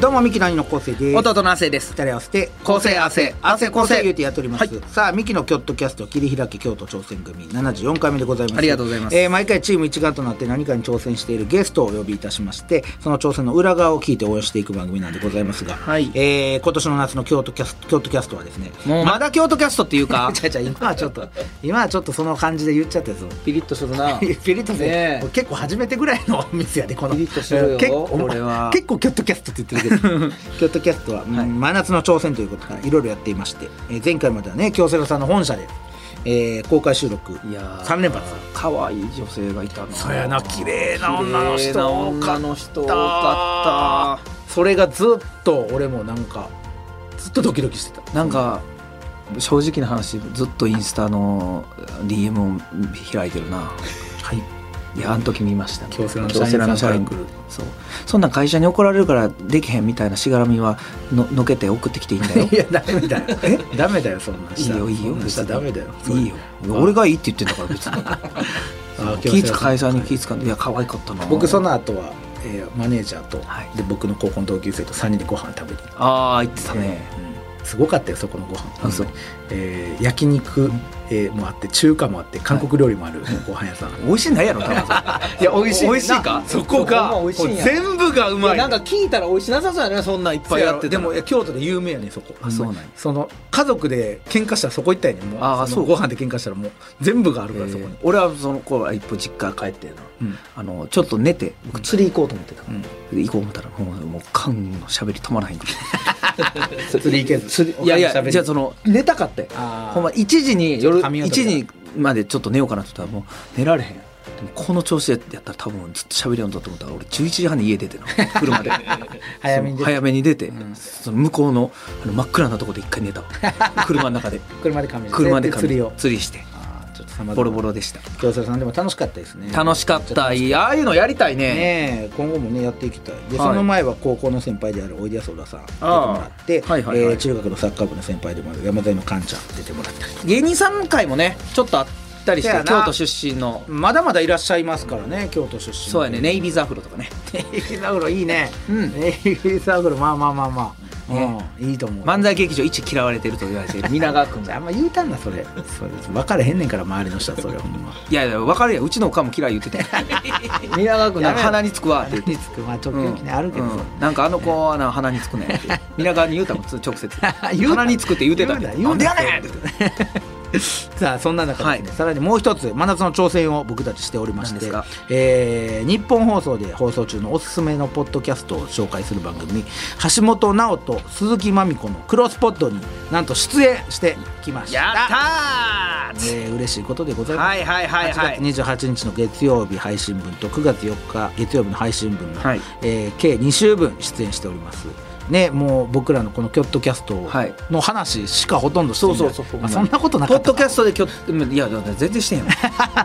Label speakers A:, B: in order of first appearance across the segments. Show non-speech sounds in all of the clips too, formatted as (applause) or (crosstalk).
A: どうもミキの兄の昴生です
B: 弟の亜生です
A: 二人合わせて
B: 構成亜生
A: 汗
B: 汗構成
A: 言うてやっております、
B: はい
A: さあミキのキョットキャスト切り開け京都挑戦組74回目でございます
B: ありがとうございます
A: えー毎回チーム一丸となって何かに挑戦しているゲストをお呼びいたしましてその挑戦の裏側を聞いて応援していく番組なんでございますが、
B: はい
A: えー今年の夏の京都キャスト京都キャストはですね
B: もうまだ京都キャストっていう (laughs) か
A: ちゃちゃ今はちょっと今はちょっとその感じで言っちゃったやつを
B: ピリッとする
A: (laughs)
B: (laughs) な
A: ピリッと
B: ね
A: ね、結構初めてぐらいのお店やでこの
B: ピリッとするよ
A: 結構
B: 俺
A: (laughs)
B: は
A: 結構キョットキャストって言ってるけど
B: (laughs)
A: キョットキャストは、うん真夏の挑戦ということでいろいろやっていまして、えー前回まではね京セラさんの本社で、えー公開収録
B: いやー
A: 3連発
B: 可愛い女性がいたな
A: そうやな綺麗な女の人
B: 綺麗な女の人多かっ
A: それがずっと俺もなんかずっとドキドキしてた
B: たなんか正直な話ずっとインスタの DM を開いてる (laughs) な
A: (laughs) はい
B: いやあの時見ましたね
A: 京セラの
B: 京セラの社員
A: 社員さ
B: そうそんなん会社に怒られるからできへんみたいなしがらみはののけて送ってきていいんだよ
A: いやダメだよダメだよそんなん
B: いい
A: したら
B: よいい
A: そ
B: よ
A: んなんしたらダメだよそれ
B: いいよ俺がいいって言ってんだから (laughs) 別に
A: あー京
B: 気
A: セラ
B: ぃ使
A: さん
B: 会社に気ぃ使んでいや可愛かったな
A: 僕その後は、えーマネージャーと、
B: はい
A: で僕の高校の同級生と3人でご飯食べに行っ
B: ああ言ってた
A: て、
B: ね
A: うんすごかったよそこのご飯
B: あそう
A: えー焼肉、えーもあって中華もあって韓国料理もあるご飯屋さん、
B: 美味しいないやろ多分
A: いや美味しい
B: 美味 (laughs) しいか
A: なそこが
B: そこも美味しいんや
A: 全部がうまい
B: なんか聞いたら美味しなさそうやねそんなんいっぱいやって
A: で
B: た
A: もいや京都で有名やねんそこ
B: あそうなんや
A: その家族で喧嘩したらそこ行ったんやねんもう
B: あー
A: の
B: そう
A: ご飯で喧嘩したらもう全部がある
B: え
A: からそこに
B: ー、俺はその頃は一歩実家帰ってな
A: うん
B: あのちょっと寝て僕釣り行こうと思ってた、
A: うん
B: で行こう思ったらもうもうカンの喋り止まらへんから
A: 釣り行けず
B: 釣りいやい
A: お金
B: や
A: の喋り
B: じゃあその寝たかって
A: あー
B: ほんま1時に夜
A: ちょっと髪
B: 1
A: 型
B: 時
A: が
B: にまでちょっと寝ようかなって言ったらもう寝られへんでもこの調子でやったら多分ずっと喋りよんだと思ったら俺11時半に家出
A: (laughs)
B: てな車で
A: 早めに出て
B: そう早めに出て、
A: うん
B: その向こうのあの真っ暗なとこで一回寝たわ車の中で
A: 車で亀
B: 車で
A: 釣りを
B: 釣りして
A: あーちょっと様々
B: ボロボロでした
A: 京セラさんでも楽しかったですね
B: 楽しかったいやああいうのやりたい
A: ね
B: ね
A: え今後もねやっていきたいで、
B: はい
A: その前は高校の先輩であるおいでやす小田さん出てもらって、
B: はいはいはい
A: えー中学のサッカー部の先輩でもある山田のカンちゃん出てもらったりと
B: 芸人さん会もねちょっとあったりして
A: せやな
B: 京都出身の
A: まだまだいらっしゃいますからね京都出身
B: そうやねネイビーザフロとかね
A: ネイビーサークルいいね
B: うん
A: ネイビーサークルまあまあまあまあ、
B: ね
A: うんいいと思う
B: 漫才劇場一嫌われてると言われ
A: (laughs)
B: ている皆川君が
A: あんま言うたんだそれそうです分かれへんねんから周りの人はそれほんま
B: いやいや分かるやんうちのおかんも嫌い言ってたよ
A: (laughs)
B: 皆川君なんか
A: やめろ
B: 鼻につくわって言って
A: につくま (laughs) あ時々ね、あるけど、
B: うんなんかあの子はな鼻につくねんって
A: (laughs)
B: 皆川に言うたもん直接
A: 言うた
B: 鼻につくって言うてたけど
A: 言うな
B: なんでやねんって言って
A: (laughs) さあそんな中ですね、
B: は
A: さらにもう一つ真夏の挑戦を僕たちしておりまして
B: 何ですか
A: えー日本放送で放送中のおすすめのポッドキャストを紹介する番組橋本直人鈴木まみ子の「クロスポッド」になんと出演してきました
B: やったー
A: えー嬉しいことでございます、
B: はいはいはいはい
A: 8月28日の月曜日配信分と9月4日月曜日の配信分の、
B: はい
A: えー計2週分出演しておりますね、もう僕らのこのキョットキャスト
B: はい
A: の話しかほとんどしてない
B: そうそうそう
A: あそんなことな
B: ポ
A: か
B: ッ
A: った
B: ド
A: か
B: キャストできょいや全然し
A: (laughs)
B: てへんよ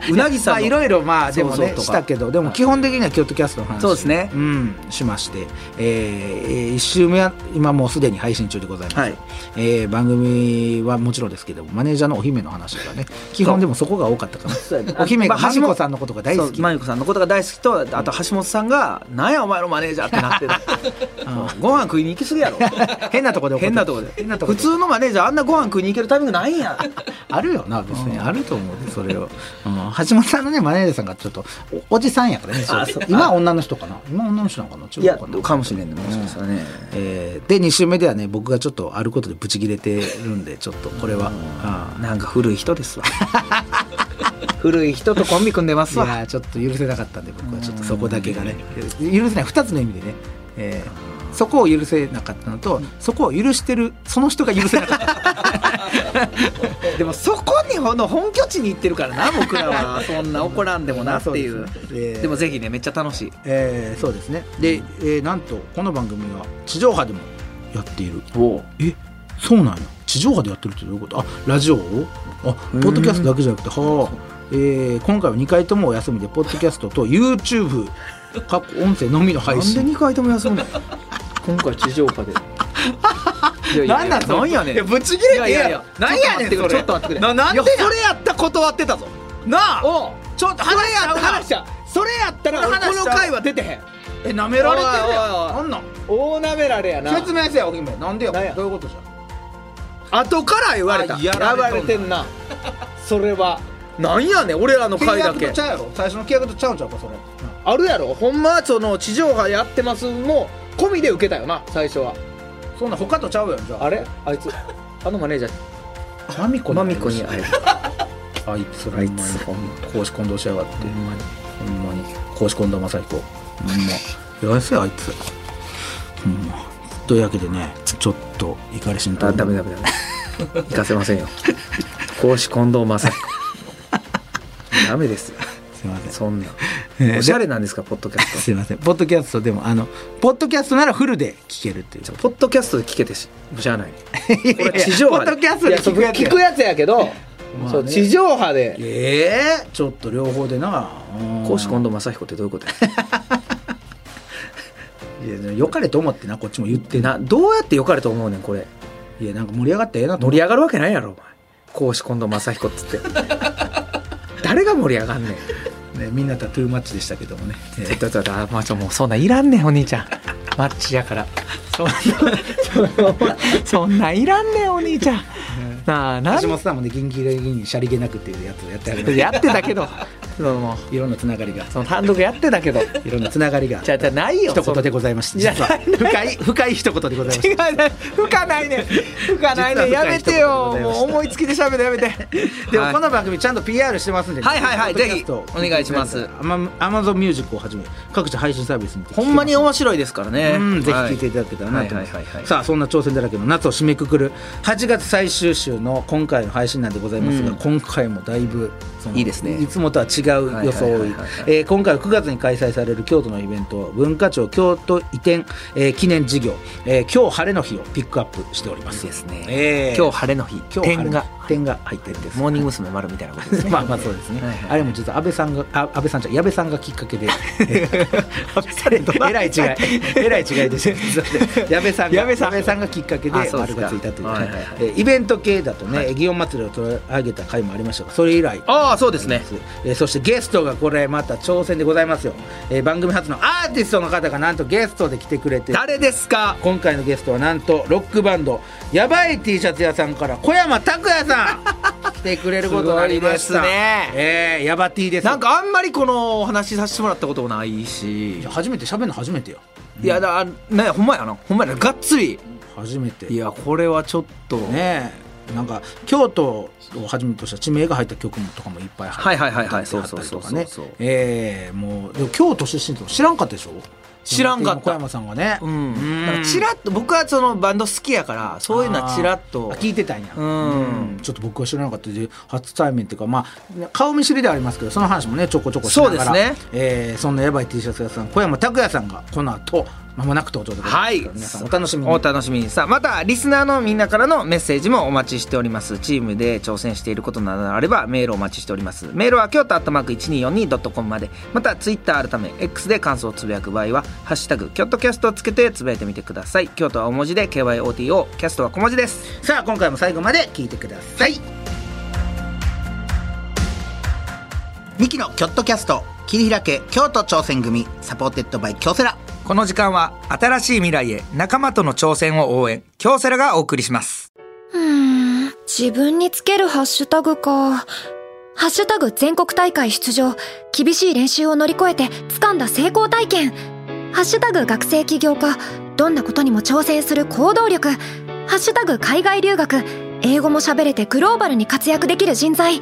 B: うなぎさん
A: まあ
B: の
A: いろいろまあでも
B: そうそ
A: ね
B: うとか
A: したけどでも基本的には京都キャストの話
B: そうですね
A: うんしましてえ1週目は今もうすでに配信中でございます、
B: はい
A: えー番組はもちろんですけどもマネージャーのお姫の話がね基本でもそこが多かったか
B: (laughs) そうやね
A: なお姫が
B: まあ
A: 橋子さんのことが大好
B: そ
A: き
B: うマユコさんのことが大好きとあと橋本さんが「なんやお前のマネージャー」ってなって
A: (laughs)
B: たもうご飯食いに行きすぎやろ
A: 変なとこで怒って
B: 変なとこで
A: 変なとこ
B: 普
A: で
B: 通のマネージャーあんなご飯食いに行けるタイミングないんや
A: あるよな別にあると思うでそれを、うん、橋本さんのねマネージャーさんがちょっとおおじさんやからね
B: あそう
A: 今は女の人かな今は女の人なのかな中
B: いや
A: 国かな
B: かもしれんねもしかしたらね、
A: えーで2週目ではね僕がちょっとあることでブチ切れてるんでちょっとこれはあ
B: なんか古い人ですわ (laughs) 古い人とコンビ組んでま
A: ー
B: すわ
A: いやーちょっと許せなかったんで僕はちょっとそこだけがね許せない2つの意味でね、えーそこを許せなかったのとそこを許してるその人が許せなかった
B: でもそこにほの本拠地に行ってるからな (laughs) 僕らはそんな怒らんでもなってい
A: ま
B: う
A: あそうで
B: で,、
A: すねえー
B: もぜひねめっちゃ楽しい
A: えーそうですねで、えーなんとこの番組は地上波でもやっているえそうなんや地上波でやってるってどういうことあラジオをあポッドキャストだけじゃなくてはあええー今回は2回ともお休みでポッドキャストと YouTube かっこ音声のみの
B: なん
A: 配
B: で
A: 信
B: 2回とも休むの今回地上 (laughs) 波でいやいや
A: なんなんそれ
B: なんやねん
A: いやぶち切れてええや
B: いやいやいや
A: んなんやねん
B: ち
A: そ
B: ょっと
A: れ
B: 待ってくれちょっと待ってくれ
A: ななん
B: い
A: で
B: や
A: なそれやったら断ってたぞなあ
B: おう
A: ちょっと話し合うな
B: 話したそれやった
A: こ
B: ら
A: れ
B: 俺
A: 話
B: こ
A: し
B: の
A: た
B: 回は出てへん
A: え舐められてるやん
B: おいおいおい
A: なんなん
B: 大なめられやな
A: 説明せよお姫なんでよど
B: なん
A: う
B: や
A: いうことじゃ
B: 後から言われた
A: あやられとんな
B: やられてんなそれはなんやねん俺らの
A: 契
B: 回だ
A: 約
B: け
A: とちゃうやろ最初の契約とちゃうんちゃうかそれ
B: あるやろほんまはその地上波やってますも込みで受けたよな最初は
A: そんな他とちゃうやんじゃあ
B: あれあいつあのマネージャー
A: マミコ
B: マミコに会える
A: あいつら
B: あ
A: ほ
B: い
A: んまに
B: つほんま
A: 公私混同しやがって
B: ほんまに
A: ほんまに公私混同正彦ほんまやせあいつほんまというわけでねちょっと怒り心頭
B: (laughs) あダメダメダメ行かせませんよ講師近藤正彦ダメですよ
A: すいません
B: そんな
A: えー
B: おしゃれなんですかポッドキャス
A: すいませんポッドキャストでもあのポッドキャストならフルで聞けるっていう
B: トポッドキャストで聞けてししゃあない
A: いやいや
B: これ地上波で
A: ポッドキャストで聞くやつや
B: いやそう聞くやつやけど、
A: まあね
B: そう地上波で
A: ええちょっと両方でなうん
B: 講師近藤正彦ってどういうことや
A: いやよかれと思ってなこっちも言って
B: で
A: な
B: などうやってよかれと思うねんこれ
A: いやなんか盛り上がったらええなと
B: 盛
A: 思
B: り上がるわけないやろお前講師近藤正彦っつって (laughs) 誰が盛り上がんね (laughs) ん
A: う、ね、みんなとはトゥーマッチでしたけどもね、え
B: ちょっとちょっとあまあちょもうそんなんいらんねんお兄ちゃんマッチやからそんなそんなんいらんねんお兄ちゃんなあな
A: ー、
B: ん
A: 橋本さんもね銀ギレ銀にしゃりげなくっていうやつをやってあります
B: やってたけどそのもう
A: いろんなつながりが
B: その単独やってたけど
A: いろんなつながりが
B: じゃあじゃあないよ
A: 一言で
B: そ
A: ございました
B: いや
A: 実は深い深い一言でございま
B: の違
A: し
B: うね吹かないね吹かないね
A: 実は
B: や
A: 深い
B: め
A: 人々
B: てよ
A: でございました
B: もう思いつきで喋るのや (laughs) めて
A: た (laughs) でもこの番組ちゃんと PR してますんで
B: はいはいはい
A: ポッドキャスト
B: ぜひお願いします
A: アマアマゾンミュージックをはじめ各地配信サービスにて聞けます
B: 面白いですからね
A: うん、ぜひ聞いてい
B: い
A: ただけたらなと思います、
B: はいはいはいはい
A: さあそんな挑戦だらけの夏を締めくくる8月最終週の今回の配信なんでございますが、
B: うん
A: 今回もだいぶその
B: いいですね
A: いつもとは違う装
B: はいはいはいい
A: え
B: はい
A: ー今回は9月に開催される京都のイベント文化庁京都移転、えー記念事業、えー今日晴れの日をピックアップしております
B: ですね
A: えー
B: 今日晴れの日
A: 今日晴れ
B: 点が
A: 点が入ってるんです
B: モーニング娘。丸みたいなことですね
A: (laughs) まあまあそうですね、
B: はいはいはい
A: あれも実は安倍さんがあ安倍さんじゃない矢部さんがきっか
B: (laughs)
A: けでえらい違いえらい違いですねすいません矢部さんが矢部さんがきっかけで
B: あそう
A: 丸
B: ですか
A: がついたという
B: はいはいはい
A: えーイベント系だとね、祇園祭りを取り上げた回もありましたがそれ以来
B: ああそうですね
A: えーそしてゲストがこれまた挑戦でございますよ、えー番組初のアーティストの方がなんとゲストで来てくれて
B: (laughs) 誰ですか
A: 今回のゲストはなんとロックバンドやばい T シャツ屋さんから小山拓也さん
B: (laughs)
A: 来てくれることになりまし
B: すご
A: た
B: いですね
A: えー、やば T です
B: なんかあんまりこのお話しさせてもらったこともないし
A: いや初めて喋るの初めてよ
B: いやだねほんまやなほんまやながっつり
A: 初めて
B: いやこれはちょっと
A: ねえなんか京都をはじめとした地名が入った曲もとかもいっぱい入って
B: はいはいはいはい
A: 歌ってあったりとかね
B: そうそうそうそう
A: えー、もうでも京都出身って知らんかったでしょ
B: 知らんかった
A: 小山さんがね
B: うん
A: うん
B: なんかチラッと僕はそのバンド好きやからそういうのはチラッと
A: あーあ聞いてたんや
B: うん
A: ちょっと僕は知らなかったで初対面っていうかまあ顔見知りではありますけどその話もねちょこちょこしながら
B: そうですね
A: えーそんなやばい T シャツ屋さん小山拓也さんがこの後まもなく登場でございます
B: はい
A: 皆さんお楽しみに
B: お楽しみにさあまたリスナーのみんなからのメッセージもお待ちしておりますチームで挑戦していることなどあればメールをお待ちしておりますメールは京都アットマーク 1242.com までまたツイッター改め X で感想をつぶやく場合は「ハッシュタグ京都キャスト」をつけてつぶやいてみてください京都は大文字で KYOTO キャストは小文字です
A: さあ今回も最後まで聞いてください
C: ミキのキョットキャスト切り開け京都挑戦組サポーテッドバイ京セラ
B: この時間は新しい未来へ仲間との挑戦を応援京セラがお送りします
D: うーん自分につけるハッシュタグか。ハッシュタグ全国大会出場。厳しい練習を乗り越えて掴んだ成功体験。ハッシュタグ学生起業家。どんなことにも挑戦する行動力。ハッシュタグ海外留学。英語も喋れてグローバルに活躍できる人材。っ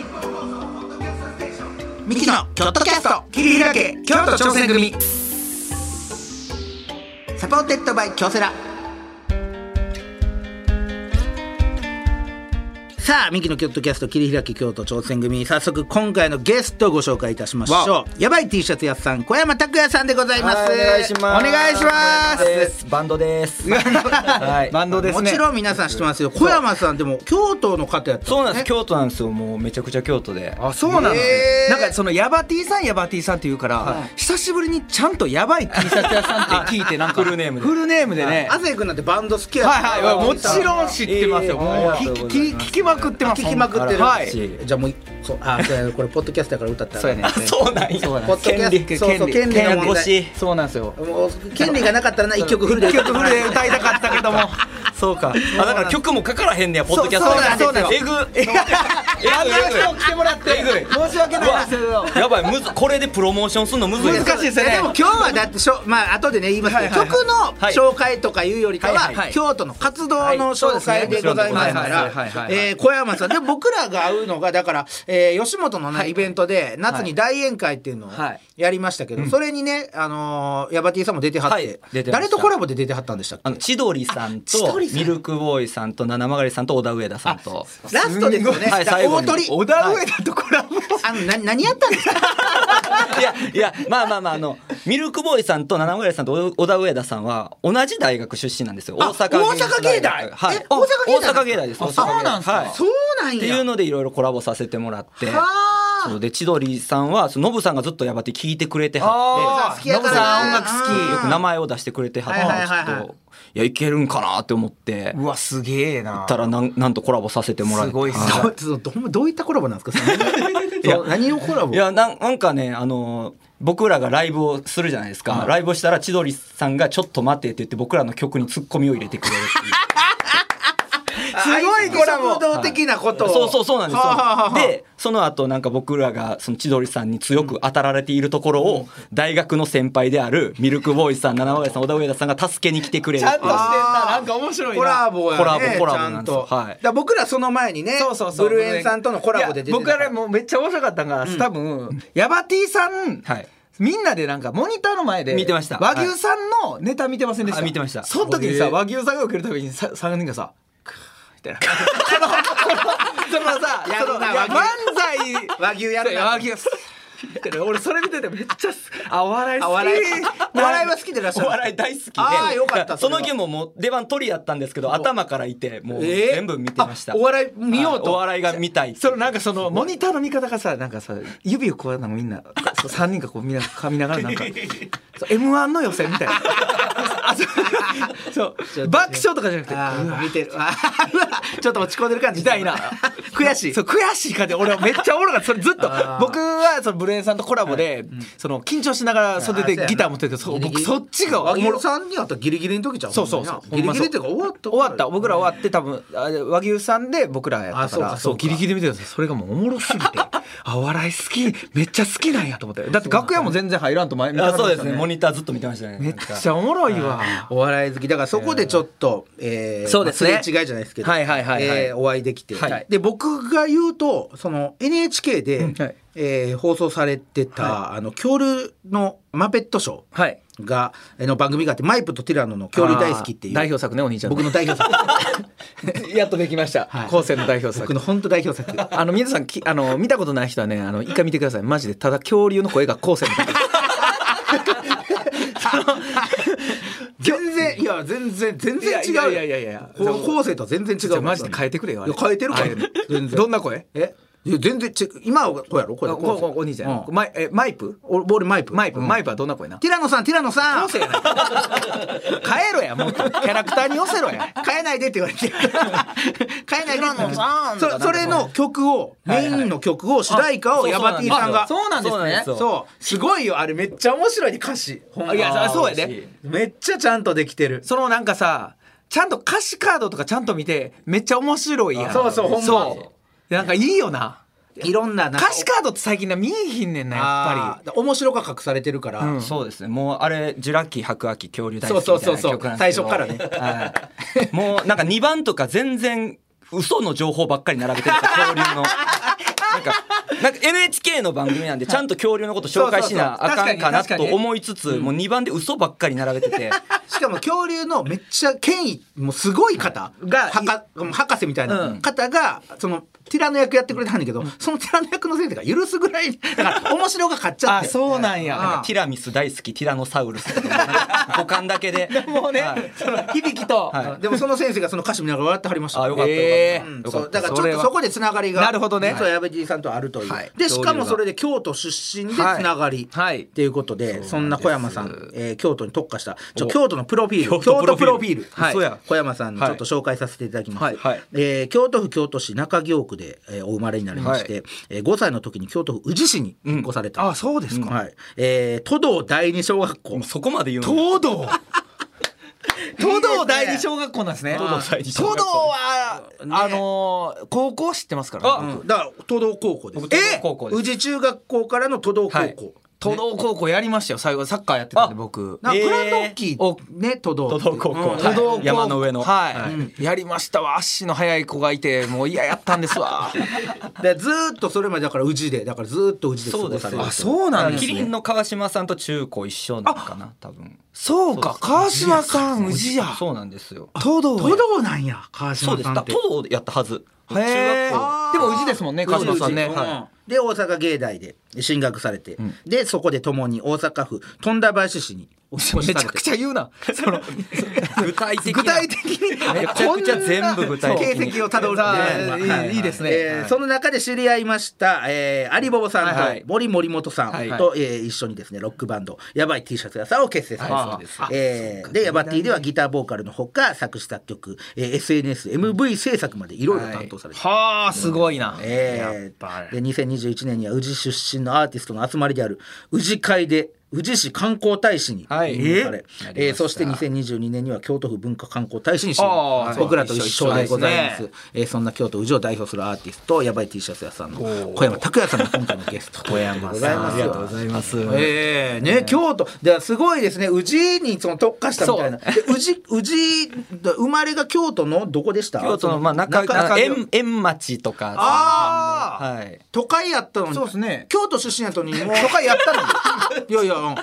E: ミキのキョットキャスト切り開け
B: 京都挑戦組
E: サポーテッドバイ京セラ
C: さあミキのキョットキャスト切り開き京都挑戦組早速今回のゲストをご紹介いたしましょ
B: わ
C: うやばい T シャツ屋さん小山拓也さんでございます
F: はいお願いします。
C: お願いします
F: す。バンドです。はい。
B: バンドですね
C: もちろん皆さん知ってますよ小山さんでも京都の方やった
F: そうなんです。
C: ね
F: 京都なんですよ。もうめちゃくちゃ京都で。
B: あそうなの、
C: えー
B: なんかそのヤバ T さんヤバ T さんって言うから、久しぶりにちゃんとヤバい T シャツ屋さんって聞いてなんか
F: (laughs) フルネームで
B: フルネームでね、
C: 亜生君なんてバンド好きや
B: はいはいはいもち
C: ん
B: ろん知ってますよ、
F: えー
B: もう
F: ありがとう
B: 聞
F: ご
B: き
F: ざ
B: 聞きま
F: います
B: くってます
C: 聞きまくってる
B: はい
F: し
C: じゃあもういそうあそうやねこれポッドキャストやから歌ったら
B: そうやね
F: あ、そうなんや。
C: ポッドキャストそうそう権利の問題
F: し。
B: そうなんですよ
C: (laughs) もう権利がなかったらな一曲フルで
B: 一曲フルで歌いたかったけども
F: そうか。あ、だから曲もかからへんねや、ポッドキャスト。
C: (laughs) そうそうなんですよ
F: えぐ。 (laughs) えぐい。
C: 来てもらって
F: えぐい。
C: 申し訳ないですけど
F: うわやばい、むず、これでプロモーションするのむずい
B: 難しいですよね
C: でも今日はだってしょまあ後でね言いますけど、
B: はいはい
C: 曲の
F: はい
C: 紹介とかいうよりかは、
F: はいはいはい
C: 京都の活動の紹介でございますか
B: は
C: ら
B: いはいはいはい
C: えー小山さんで僕らが会うのがだから、えー吉本のね、イベントで夏に大宴会っていうのを
F: はい
C: やりましたけど、それにねあのーヤバティさんも出てはって,、
F: はい出てました
C: 誰とコラボで出てはったんでしたっけ
F: あの千鳥さ
C: あ
F: ん
C: 千
F: と
C: 鳥さん
F: ミルクボーイさんと七曲さんと小田上田さんと
C: ラストですよね、
F: はい最後
C: 大
F: に
C: 鳥
F: 小
B: 田上田とコラボ
C: あのな何やったんですか
F: いやいやまあまあまああのミルクボーイさんと七曲さんと小田上田さんは同じ大学出身なんですよ
C: あ
F: 大阪芸術
C: 大阪芸大
F: はい
C: え大阪芸大
F: 大阪芸大です
C: あそうなんすか
F: はい
C: そうなんや
F: っていうのでいろいろコラボさせてもらって
C: あー
F: そうで千鳥さんはそのノブさんがずっとやばって聞いてくれて
C: あ
F: は
C: ー
F: っ
C: 好き
F: て
C: や
F: ノ
C: か
F: ブ
C: ら
F: さん
C: な
F: 音楽好きよく名前を出してくれてはっ
C: はいはいはいはい
F: てちょっといやいけるんかなって思って
B: うわすげえな
F: たらなんなんとコラボさせてもらえて
B: すごいっすね
C: (laughs) そうそうどうどういったコラボなんですかそのそう何をコラボ
F: いやなんなんかねあのー僕らがライブをするじゃないですか、ライブをしたら千鳥さんが「ちょっと待って」って言って僕らの曲にツッコミを入れてくれるっていう
C: すごいコラボ動的なことを
F: そうそうそうなんです
C: はあはあ
F: よ
C: はあ
F: でその後なんか僕らがその千鳥さんに強く当たられているところを大学の先輩であるミルクボーイさん七尾さん小田上田さんが助けに来てくれるっていう
B: なんか面白
C: コラボやね
F: コラボコラボ
C: ちゃ
F: なん
C: ん
F: ですよ
C: と、
F: はい
C: だから僕らその前にね
B: そうそうそう
C: ブルエンさんとのコラボで出て
B: いや
C: た
B: 僕あれもうめっちゃ面白かったのが、多分ヤバ T さん、
F: はい
B: みんなでなんかモニターの前で
F: 見てました
B: 和牛さんのネタ見てませんでした、
F: はいあ見てました
B: その時にさ
F: へー
B: 和牛さんが受けるたびにさ3人がさクーみたいな (laughs) そのそのそのさ
C: や
B: そ
C: る
B: の
C: ない
B: や
C: 和牛
B: 漫才
C: 和牛やるな
B: 和牛みたいな俺それ見ててめっちゃすあお笑い好
C: あ
B: き
C: 笑いお笑いは好きでいらっしゃ
F: お
C: る
F: 笑い大好きで
C: あーよかった
F: そ
C: それは
F: の日ももう出番取りやったんですけど頭からいてもう
C: えー
F: 全部見てました、
C: あお笑い見ようと
F: はいお笑いが見たいって
B: そのなんかそのモニターの見方がさなんかさ指をこうなんかみんなそう三人がこうみんな噛みながらなんか M1 の予選みたいな。あそうそう爆笑とかじゃなくて
C: あー
B: うわ
C: 見てるあーうわちょっと落ち込んでる感じ
B: みたいな
C: (laughs) 悔しい
B: そう悔しい感じ俺はめっちゃおもろかったそれずっと
C: あー
B: 僕はそのブレインさんとコラボで、その緊張しながら袖でギター持っててそう僕そっちが
C: 和
B: おもろ
C: 牛さんにあったらギリギリの時じゃん
B: そうそうそう
C: ほんまになギリギリっていうか終わった
B: 終わった僕ら終わって多分あ和牛さんで僕らや
C: あ
B: った
C: そ
B: から
C: うか
B: そ
C: そううか
B: ギリギリ見てたんですよそれがもうおもろすぎてあお笑い好きめっちゃ好きなんやと思ってだって楽屋も全然入らんと前見ては
F: あ
B: り
F: そ
B: ま
F: う
B: し
F: です
B: た
F: ねモニターずっと見てましたね
B: めっちゃおもろいわ
C: お笑い好きだからそこでちょっと、えー
B: そうですね
C: まあれ違いじゃないですけど、
B: はいはいはいはい
C: えーお会いできて、
B: はい
C: で僕が言うとその NHK で、
B: はい
C: えー放送されてた、あの恐竜のマペットショー
B: はい
C: が、えーの番組があってマイプとティラノの恐竜大好きってい
B: 代
C: う
B: 表作ねお兄ちゃん
C: 僕の代表作
B: やっとできました
C: はい
B: 後世の代表
C: 僕
B: 作
C: の本当代表作
B: あの皆さんきあの見たことない人はねあの一回見てくださいマジでただ恐竜の声が後世の代表作
C: 全然いや全然全然違うよ
B: いやいやいやいや
C: こう後世とは全然違
B: じゃあ
C: う
B: マジで変えてくれよあ
C: い
B: れ
C: や変えてる変えてる
B: あれ
C: 全然
B: どんな声
C: えいや全然違う今はこうやろこうや
B: お
C: ろ
B: おお兄ちゃん
C: う
B: マイえマイプ
C: 俺俺マイプ
B: マイプ
C: うん
B: マイプはどんな声な
C: ティラノさんティラノさん
B: せや (laughs) な帰ろやもっとキャラクターに寄せろや
C: (laughs) 変えないでって言われて (laughs) 変えないでって言われて
B: さん
C: そそれの曲をメインの曲を主題歌をヤバティさんが
B: そうなんですね
F: そう
C: そうすごいよあれめっちゃ面白いね歌詞ほんま
B: いやそうやで、
C: めっちゃちゃんとできてる
B: そのなんかさちゃんと歌詞カードとかちゃんと見てめっちゃ面白いやん
C: そうそうほんま
B: そうなんかいいよない
C: ろんななんか
B: 歌詞カードって最近な見えひんねんなやっぱ
C: あー面白が隠されてるから、
B: ん
F: そうですねもうあれジュラ紀白亜紀恐竜大
C: そ
F: 好
C: う
F: きみ
C: そう
F: たい
C: そう
F: な
C: そう
F: 曲なんで
C: 最
F: す
C: 初か
F: けど
C: らね
F: はいもうなんか2番とか全然嘘の情報ばっかり並べてるんですよ恐竜の。なんかなんか NHK の番組なんでちゃんと恐竜のこと紹介しなあかんかな
B: そうそうそう確か
F: と
B: に
F: 思いつつもう2番で嘘ばっかり並べてて
A: しかも恐竜のめっちゃ権威もうすごい方
B: が
A: 博博士みたいな
B: うん
A: 方が、そのティラノ役やってくれたんだけど、そのティラノ役のせいとか許すぐらいだから面白が勝っちゃって
B: そうなんや
F: なんかティラミス大好きティラノサウルスとかなんか五感だけで
B: もうね、
F: はい
B: その響きと、
F: はい
A: でもその先生がその歌詞見ながら笑ってはりました
F: あよかった
B: え
F: よ
B: ー
A: うん
F: かった
A: そ
F: よ
A: うだ
F: かっ
A: から
F: た
A: ちょっ
B: それ
A: と
B: は
A: そこでつながりが
B: なるほどね
A: そう矢部じいさんとあるという、
B: はい
A: でしかもそれで京都出身でつながり、
B: はい
A: っていうことで、そんな小山さん、えー京都に特化したちょ京都のプロフィール
F: 京
A: 京
F: 都
A: 都
F: プ
A: プ
F: ロ
A: ロ
F: フ
A: フ
F: ィ
A: ィー
F: ール
A: ル
B: はい
A: そうや小山さんのちょっと紹介させていただきます、
B: はい
F: はい
A: えー京都府京都市中京区で、えーお生まれになりまして、えー5歳の時に京都府宇治市に引っ越された、
B: あそうですか、
A: はいえー都道第二小学校
F: もうそこまで言うの
B: 東道東道第二小学校なんですね
F: 東道第二小
B: 東
F: 学校
B: 道は、あのー高校知ってますから、
F: あ
B: ね、
A: だから都道高校です
F: 僕都道高校です
A: 宇治中学校からの都道高校、
F: はい
B: 東道高校やりましたよ最後サッカーやってたんで
F: あ
B: 僕
A: なん
F: え
A: かグ
F: ー
A: ラウンド大きい、ね都道
F: 都道高校
B: 都道高校
F: 山の上の
B: はい、
F: はい
B: うんやりましたわ足の速い子がいてもう嫌やったんですわ
A: でずーっとそれまでだから宇治でだからずーっと宇治で過ごされる
F: そう
B: あそうなんです
F: キリ
B: ね
F: ンの川島さんと中高一緒なのかな多分
B: そうか川島さん宇治や
F: そうなんですよ
B: 東道
A: 都道なんや川
F: そ
A: 島
F: うです
A: さん
F: だ
A: って
F: 都道やったはず中
B: へー
F: 学校
B: あでも宇治ですもんね川島さんね
A: 宇治宇治
B: は
A: で大阪芸大で進学されて、でそこで共に大阪府富田林市にお引っ越し
B: め
A: さ
B: ち
A: れ
B: ゃ
A: て
B: くちゃ言う
F: (laughs)
B: なその
F: 具体的な
A: 具体的に
F: めちゃくちゃ全部具体的
A: 形
F: に
A: 跡をたどる
B: さあ
A: ね
B: いい
A: はい
B: いいですね
A: えー
B: はい
A: その中で知り合いました、えー、アリボボさ
F: はいは
A: ん
F: い
A: と森森本さんと、
F: はい
A: えー一緒にですねロックバンド「やばい T シャツ屋さん」を結成されま
F: はいそうで
A: し
F: す
A: た、えーで「やば T」ではギターボーカルのほか作詞作曲、えー、SNSMV 制作までいろいろ担当されてます
B: はあすごいな、
A: えー、で2021年には宇治出身のアーティストの集まりである宇治会で宇治市観光大使に
F: はい
A: 任命され、
F: え
A: えーそして2022年には京都府文化観光大使に就
B: あ
A: 任
B: ー
A: 僕らと一緒でございま
B: 一緒です
A: えーそんな京都宇治を代表するアーティストやばい T シャツ屋さんの小山拓也さんが今回のゲストということでございますよ
F: ざいます
A: ええね京都ですごいですね宇治にその特化したみたいなで宇治宇治生まれが京都のどこでした
F: 京都のまあ中中円円町とか
A: あー
F: はい
A: 都会やったのに
B: そうですね
A: 京都出身やったの
F: (laughs)
A: にもう都会やったのにいやいや、うん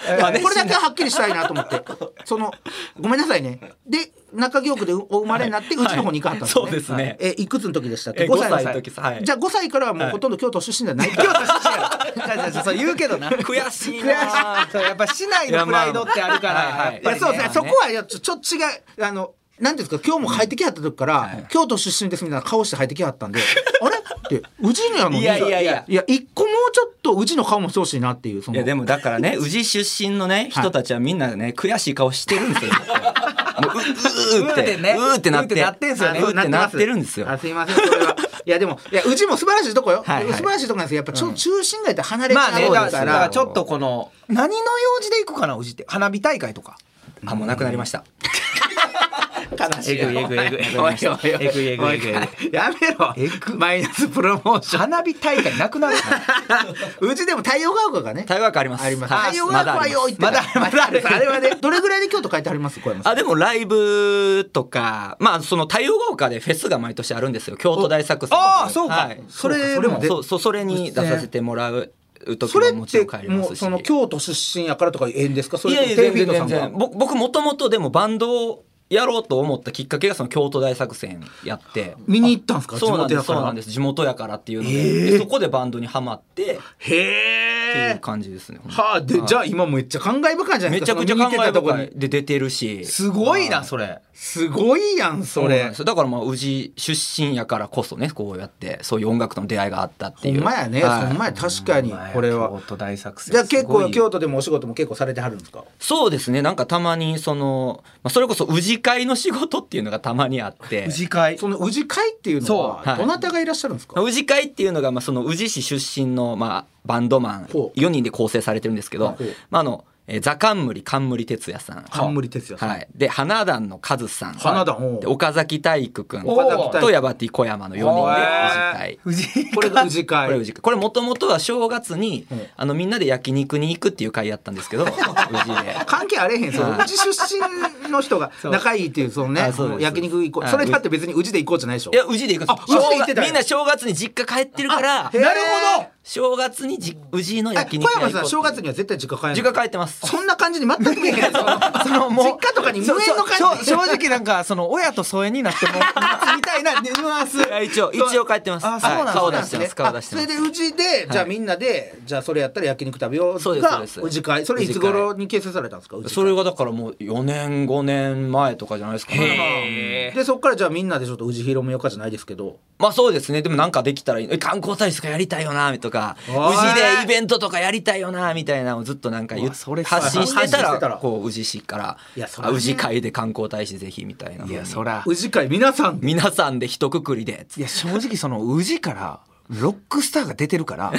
A: これだけははっきりしたいなと思
F: (laughs)
A: ってそのごめんなさいねで中京区でお生まれになってうちの方に行かはったんですね、
F: はいそうですね
A: えいくつの時でしたっ
F: え
A: け
F: 5
A: 5
F: 歳
A: 歳
F: の時はい
A: じゃあ5歳からはもうほとんど京都出身じゃ (laughs) ない、京都
B: 違う違うそう言うけどな
F: 悔し
B: 悔
F: い
B: し
F: ない
B: そうやっぱ市内のプライドってあるから
F: いやまあはいはい
B: やっぱりね
A: そうですねそこはやちょちょっと違うあのなんていうんですか今日も入ってきはった時から、京都出身ですみたいな顔して入ってきはった (laughs) んであれって宇治にあの
F: いやいやいや
A: いや一個もうちょっと宇治の顔もしてほしいなっていうそ
F: い
A: の
F: やでもだからね宇治出身のね人たちはみんなね悔しい顔してるんですよもううううーっ
B: うーって
F: て
B: ね
F: うーってなっ
B: うーって
F: て
B: なってんすよね
F: うーってなってるんです
A: (laughs)
F: よ
A: あすいませんそれはいやでもいやうちも素晴らしいとこよ、
F: はいはい
A: 素晴らしいとこなんですよやっぱちょ、中心街と離れち
B: まあ
A: ゃ
B: ね
A: う
B: だ
A: か
B: から
A: ら,、
B: ちょっとこの何の用事で行くかな宇治って花火大会とか
F: あもうなくなりました
B: 悲しいえぐいえぐいえぐい
A: おいおいおい
B: えぐいえぐいえぐい
A: やめろマイナスプロモーション
B: 花火大会なくなる
C: (laughs)
A: うちでも太陽が丘がね
F: 台湾あります
A: あります
F: はい
A: 太陽が丘
F: まだあ
A: は
F: りま
A: よ
F: す
A: う言ってた
B: まだあります
A: あれはねどれぐらいで京都書いてあります小山さん
F: あでもライブとかまあその太陽が丘でフェスが毎年あるんですよ京都大作戦
B: ああそうか
F: はい
A: それ
F: それも
A: で
F: そうそうそれに出させてもらう時
A: それ
F: は
A: っ
F: もちろん帰
A: て
F: りま
A: も
F: す
A: う
F: し
A: その京都出身やからとか縁ですかそれ
F: い
A: と
F: や
A: も
F: い
A: テ
F: や全
A: ンフィー
F: 然
A: トさ
F: 全
A: んが
F: 然僕僕もともとでもバンドをやろうと思ったきっかけがその京都大作戦やって
A: 見に行ったんですか
F: そう
A: 地
F: なん
A: 元
F: で
A: や
F: す
A: か
F: そ
A: ら
F: うなんです地元やからっていうので,、でそこでバンドにはまってっ
A: へ
F: て
A: え
F: いう感じですね、
A: はあ、で、じゃあ今めっちゃ感慨深いじゃない
F: め
A: で
F: ち
A: す
F: ゃ
A: か。
F: くちゃ考
A: その見て
F: え
A: たとこ
F: 深い
A: に。
F: で出てるし
B: すごいなそれ
A: すごいやん、
F: そ
A: そう
F: なん
A: れ
F: で。すよだからまあ宇治出身やからこそねこうやってそういう音楽との出会いがあったって
A: ほ
F: い
A: ん
F: う
A: まやね、
F: はい
A: ほんまや、確かに、これは
B: 京。都大作戦
A: じゃあ結
B: すご
A: 構
B: い
A: 京都でもお仕事も結構されてはるんですか
F: そうですねなんかたまにその、まあ、それこそ宇治会の仕事っていうのがたまにあって
B: 宇治会
A: その宇治会っていうのは、
F: そうはい
A: どなたがいらっしゃるんですか
F: 宇治会っていうのが、まあ、その宇治市出身の、まあ、バンドマン
A: ほう
F: 4人で構成されてるんですけ
A: ほ
F: ど
A: う、
F: まあ、あのえーザ・冠冠哲也さん
A: 冠哲也さん
F: はい、で花壇のカズさん
A: 花壇ほう
F: で岡崎体育くん
B: 岡崎体育
F: とヤバティ小山の4人で宇治会。
B: 宇治
A: これが宇治
F: これ宇
A: 会。
F: 治会これもともとは正月に、あのみんなで焼肉に行くっていう会やったんですけど宇治で
A: 関係あれへん、その宇治出身の人が仲いいっていう、そのね
F: あそうで、す
A: 焼肉行こ
F: は
A: う。
F: い
A: それだって別に宇治で行こうじゃないでしょ
F: い。や宇治で行くんです
A: あ宇治で行ってたんや
F: みんな正月に実家帰ってるから
A: なるほど
F: 正月にじ氏の
C: え
F: 焼
C: 小
F: 肉屋
C: 山
F: 行こ
C: さ
F: うん
C: 正月には絶対実家帰
F: 実
C: んの
F: 家帰ってます
C: そんな感じに全く見えへんそのそのもう実家とかに無縁の
B: そう
C: 感じ
B: 正 (laughs) 直なんかその親と疎遠にな
F: (laughs)
B: っても
A: (laughs)
B: みたいなニュアンス
F: いや一応一応帰ってます
B: あそうなんですね
F: はい顔出してます顔出して
C: そ
F: ま
C: れ
F: す
C: でうちでじゃあみんなでじゃあそれやったら焼肉食べよ
F: そう
C: う
F: ですそう
C: が
F: です
C: おじ会それいつ頃に形成されたんですかおじ会
F: それがだからもう4年5年前とかじゃないですかね
C: でそっからじゃあみんなでちょっと宇治広めようかじゃないですけど
F: まあそうですねでもなんかできたらいいえ観光大使とかやりたいよなとか宇
C: おい
F: 治でイベントとかやりたいよなみたいなのをずっとなんか言っ
B: うわそれさ
F: 発信してた
C: 発信してたら
F: らこう宇治市から
C: いやそれ
F: あ宇治会で観光大使ぜひみたいな風に
B: ら
C: 宇治会皆さん
F: 皆さんで一括りで
B: いや正直その宇治からロックスターが出てるから、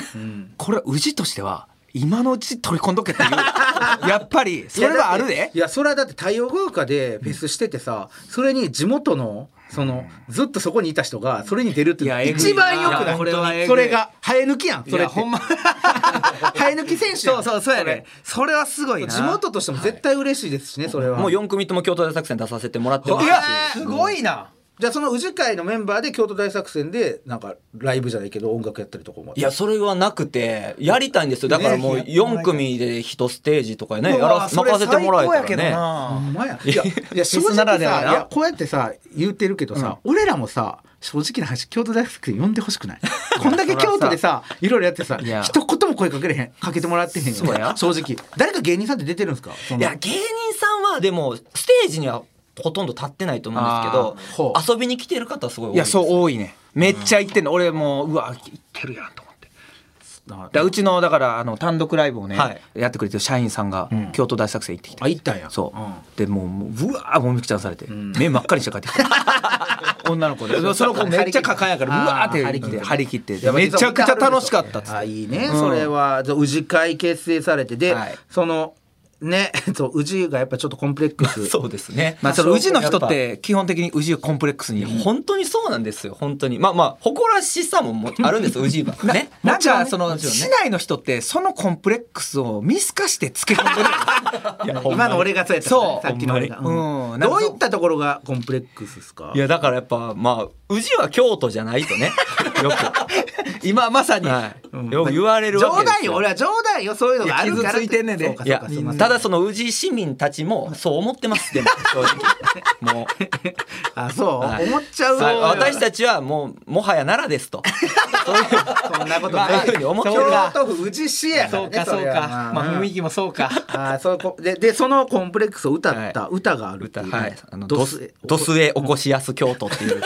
B: これは宇治としては今のうち取り込んどけっていうやっぱりそれはある
C: いやだっ
B: で
C: ていやそれはだって太陽豪華でフェスしててさそれに地元のそのずっとそこにいた人がそれに出るっていうのが
B: いやえぐいな
C: 一番よく
B: いやこれは
C: な
B: えぐ
C: い
B: い
C: それが生え抜きやんそれって (laughs) 生え抜き選手やん
B: そうそうそうやねそれはすごいな
C: 地元としても絶対嬉しいですしねそれは
F: もう4組とも京都大作戦出させてもらってます
B: い
F: し
B: やすごいな、
C: じゃあその宇治会のメンバーで京都大作戦でなんかライブじゃないけど音楽やったりとかも
F: いやそれはなくてやりたいんですよだからもう
B: ね
F: 4組で1ステージとかね
B: う
F: や
B: わ
F: ら
B: それ
F: 任せてもらえた
B: 最高やけど
F: らね
B: な
C: ほんまやいやいや正
B: フェ
C: 直
B: ス
C: さ
B: ならではない
C: やこうやってさ言ってるけどさ、俺らもさ正直な話京都大学生呼んでほしくないこんだけ京都でさいろいろやってさ
B: いや
C: 一言も声かけれへんかけてもらってへんよ、ね、正直誰か芸人さんって出てるんですかその
F: いや芸人さんはでもステージにはほとんど立ってないと思うんですけ
C: あーほ
F: ど遊びに来てる方はすごい多い
B: いや
F: です
B: そう多いねめっちゃ行ってんの、俺もううわ行ってるやんと思ってだからうちのだからあの単独ライブをね、
F: はい
B: やってくれてる社員さんが京都大作戦行ってきて、
C: あ行ったんや
B: そう、
C: ん
B: でもうもううわーもみくちゃんされて、目真っ赤にして帰ってき (laughs) た女の子でその子めっちゃ抱えやからうわーって張り切って張り切ってでめちゃくちゃ楽しかったっつっ
C: あ
B: て
C: いいね、それはじゃあ宇治会結成されてで、
B: はい
C: そのね (laughs) そう宇治がやっぱちょっとコンプレックス
F: そうですね
B: まあ (laughs) その宇治の人っ
F: や
B: て基本的に宇治をコンプレックスに
F: ぱ本当にそうなんですよ本当にまあまあ誇らしさももあるんで
B: (laughs)
F: すよ宇治はね
B: なん
F: も
B: か
F: ちろ
B: そ
F: んね
B: の
F: もちろんね
B: 市内の人ってそのコンプレックスを見透かしてつけ込んでる
C: 今の俺がそうやったからね
B: そう
C: さっきの俺が、
B: ほんまにうん
C: どういったところがコンプレックスですか
F: いやだからやっぱまあ宇治は京都じゃないとねよく
B: 今まさに、
F: はいよく言われるわ
C: 冗
F: けです
C: 談よ俺は冗談よそういうのがある
B: い
C: から
B: や傷ついてんねんで
C: そうか
F: い
C: そう
F: や
C: かすいません
F: ただその宇治市民たちもそう思ってま
C: (laughs)
F: すでも正直もう
C: あそう、
F: はい
C: 思っちゃうよ、
F: はい私たちはもうもはや奈良ですとそういう
C: そんなこと
F: まあ
C: ない
F: そういうふうに思ってる
C: 京都府宇治市やからねれはま
B: あ
C: あ
B: 雰囲気もそうか
C: あーそうこででそのコンプレックスを歌った、歌があるって
F: 歌
C: いう、
F: はいあの
C: ド
F: ド
C: ス
F: スドスへ起こしやす京都っ
C: (laughs)
F: ていう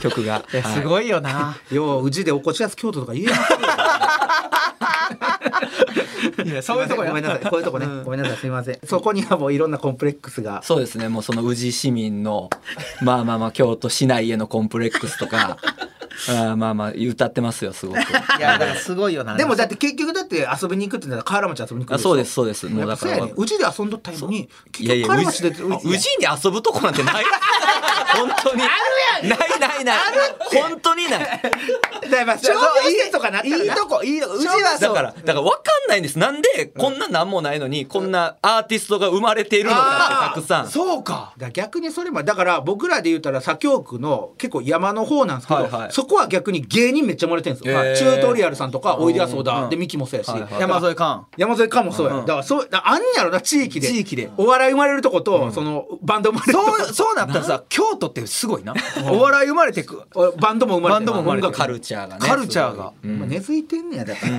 F: 曲が
B: す
F: は
B: ごいよな、
C: よう宇治で起こしやす京都とか言えますよ
F: (laughs)
B: いやそういうとこや
C: ごめんなさいこういうとこね、ごめんなさいすいませんそこにはもういろんなコンプレックスが
F: そうですねもうその宇治市民のまあまあまあ京都市内へのコンプレックス
C: (laughs)
F: とかあーまあまあ歌ってますよすごく
B: いやだからすごいよな
C: でもだって結局だって遊びに行くってなったら河原町遊びに行く
F: あそうですそうですもう
C: だ
F: だ
C: か
F: からら
C: うちで遊んどったのに
F: い
C: 結
F: や
C: 局
F: いや
C: 河
F: 宇
C: 原
F: 治
C: 町で
F: 宇治に遊ぶとこなんてない
B: (laughs)
F: 本当にないないない本当にな
C: だ
F: い
C: からいいとかなったらない
B: いとこいいとこうちは
F: だ
B: そう
F: からだから分かんないんですなんでこんな何もないのにこんなアーティストが生まれているのかってたくさん
B: そうか
C: だから逆にそれもだから僕らで言うたら左京区の結構山の方なんですけど、
F: はいはい
C: そこは逆に芸人めっちゃ漏れてるんですよ、
F: へー
C: チュートリアルさんとかおいでやそうだ、でミキもそうやし、
F: はいはい
B: 山添寛
C: 山添かもそうや、だからそうだあんやろな地域で
B: 地域で
C: お笑い生まれるとこと、そのバンド生まれるとこ
B: そうそうなったらさ京都ってすごいなお笑い生まれてく
C: バンドも生まれて
B: バンドも生まれて
C: 音
B: る
C: 楽
F: カルチャーがね
B: カルチャーが
C: まあ根付いてんねやだから、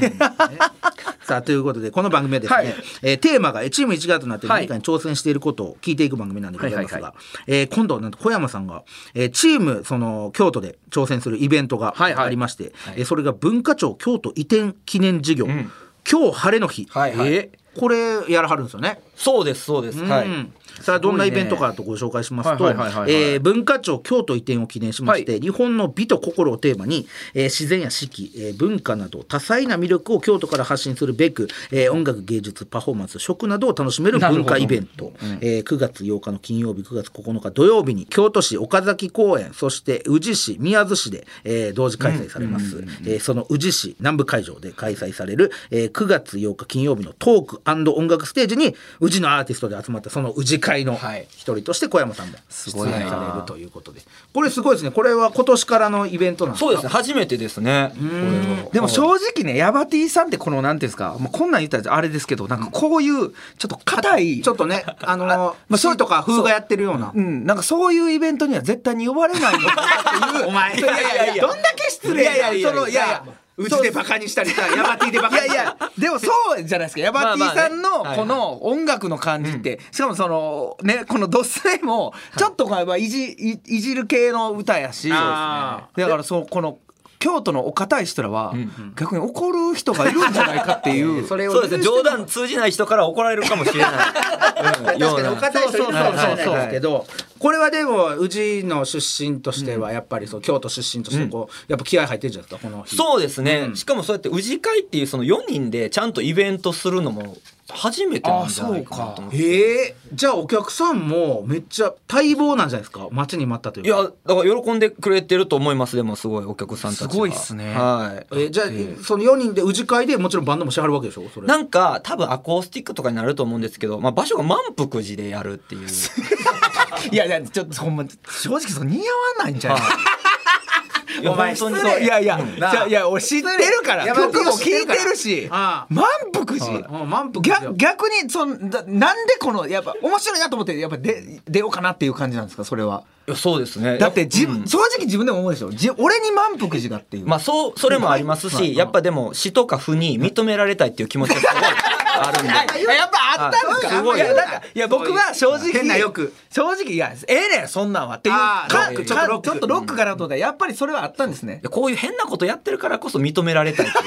C: ね (laughs) さあということでこの番組はですね、えーテーマがえーチーム一丸となって何かに挑戦していることを聞いていく番組なんでございますが、
B: はいは
C: えー今度はなんと小山さんが、えーチームその京都で挑戦するイベントが
B: はいはい
C: ありまして、えーそれが文化庁京都移転記念事業、今日晴れの日、
F: はいはい
C: えーこれやらはるんですよね。、
F: そうですそうです、はいう
C: んさあどんなイベントかとご紹介しますと
B: はいはいはいはいはい
C: えー文化庁京都移転を記念しまして、日本の美と心をテーマに、えー自然や四季、えー文化など多彩な魅力を京都から発信するべく、えー音楽芸術パフォーマンス食などを楽しめる文化イベント、えー9月8日の金曜日9月9日土曜日に京都市岡崎公園そして宇治市宮津市で、えー同時開催されます、えーその宇治市南部会場で開催される、えー9月8日金曜日のトーク音楽ステージに宇宇治のアーティストで集まったその宇治会の
F: はい
C: 一人として小山さんも出
F: ごいな
C: 演されるということでこれすごいですねこれは今年からのイベントなんですか
F: そうですね初めてですねこれは
B: でも正直ね、ヤバティさんってこの、なんていうんですか、もうこんなん言ったらあれですけど、なんかこういう、ちょっと硬い、
C: ちょっとねあのーまあ、そうとか風がやってるような
B: うん、なんかそういうイベントには絶対に呼ばれないのかなっていう。
C: お前いやいやいや
B: どんだけ失礼な。
C: いやいやいや
B: そのいやいや
C: うちでバカにしたりさヤバティでバ
B: い
C: カに
B: や
C: し
B: い
C: たり
B: やでもそうじゃないですかヤバティさん
F: ま
B: の
F: あまあね
B: この音楽の感じってしかもそのねこの「どっさい」もちょっとこういじいいじる系の歌やし
C: あ
B: だからそうこの京都のお堅い人らは逆に怒る人がいるんじゃないかっていう。
C: それを
F: (laughs) そうですね冗談通じない人から怒られるかもし
B: (laughs)
F: れないうんよ
C: 確
F: う
C: か
F: な
C: にお堅い人いるかもしれない
B: そうそうそうそう
C: ですけどこれはでも宇治の出身としてはやっぱりそう京都出身としてこうやっぱ気合入ってるじゃないですかこの日
F: そうですね、しかもそうやって宇治会っていうその4人でちゃんとイベントするのも初めてなんじゃないかなと思って
C: ええじゃあお客さんもめっちゃ待望なんじゃないですか待ちに待ったという
F: い
C: か
F: やだから喜んでくれてると思いますでもすごいお客さんたちが
B: すごいっすね
F: はい
C: えじゃあ、その4人で宇治会でもちろんバンドもしはるわけでしょそれ
F: なんか多分アコースティックとかになると思うんですけど、まあ、場所が満腹寺でやるっ
B: (laughs)
F: ていう
B: いやいやちょっとほんま正直その似合わないんじゃない
F: いや
C: お前
F: 本当に
C: 失
F: そう
C: 礼
B: いやいや、
C: うん
B: じゃあいや、俺知ってるから、
C: 山
B: 曲
C: 口
B: も
C: を
B: 聴い
C: 知って
B: て
C: るから
B: るし、
C: ああ
B: 満腹時
C: はいうん満腹時
B: 逆逆にそのだなんでこのやっぱ面白いなと思ってやっぱ出出ようかなっていう感じなんですかそれはい
F: やそうですね
B: だって自分、
F: うん
B: 正直自分でも思うでしょじ俺に満腹時だっていう、
F: まあそうそれもありますし、やっぱでも詩とか譜に認められたいっていう気持ちがすごいあるんで
B: やっぱあったんですか、
F: はいすごい
B: いやなんかいや僕は正直
C: 変な欲
B: 正直いやええねんそんなんはっていう
C: あー
B: か
C: ロック
B: ち
C: ち
B: ょ
C: ょ
B: っ
C: っ
B: と
C: と
B: ロ
C: ロ
B: ッ
C: ッ
B: ク
C: ク
B: かなと思ったらやっぱりそれはあったんですね
F: でこういう変なことやってるからこそ認められたいっていう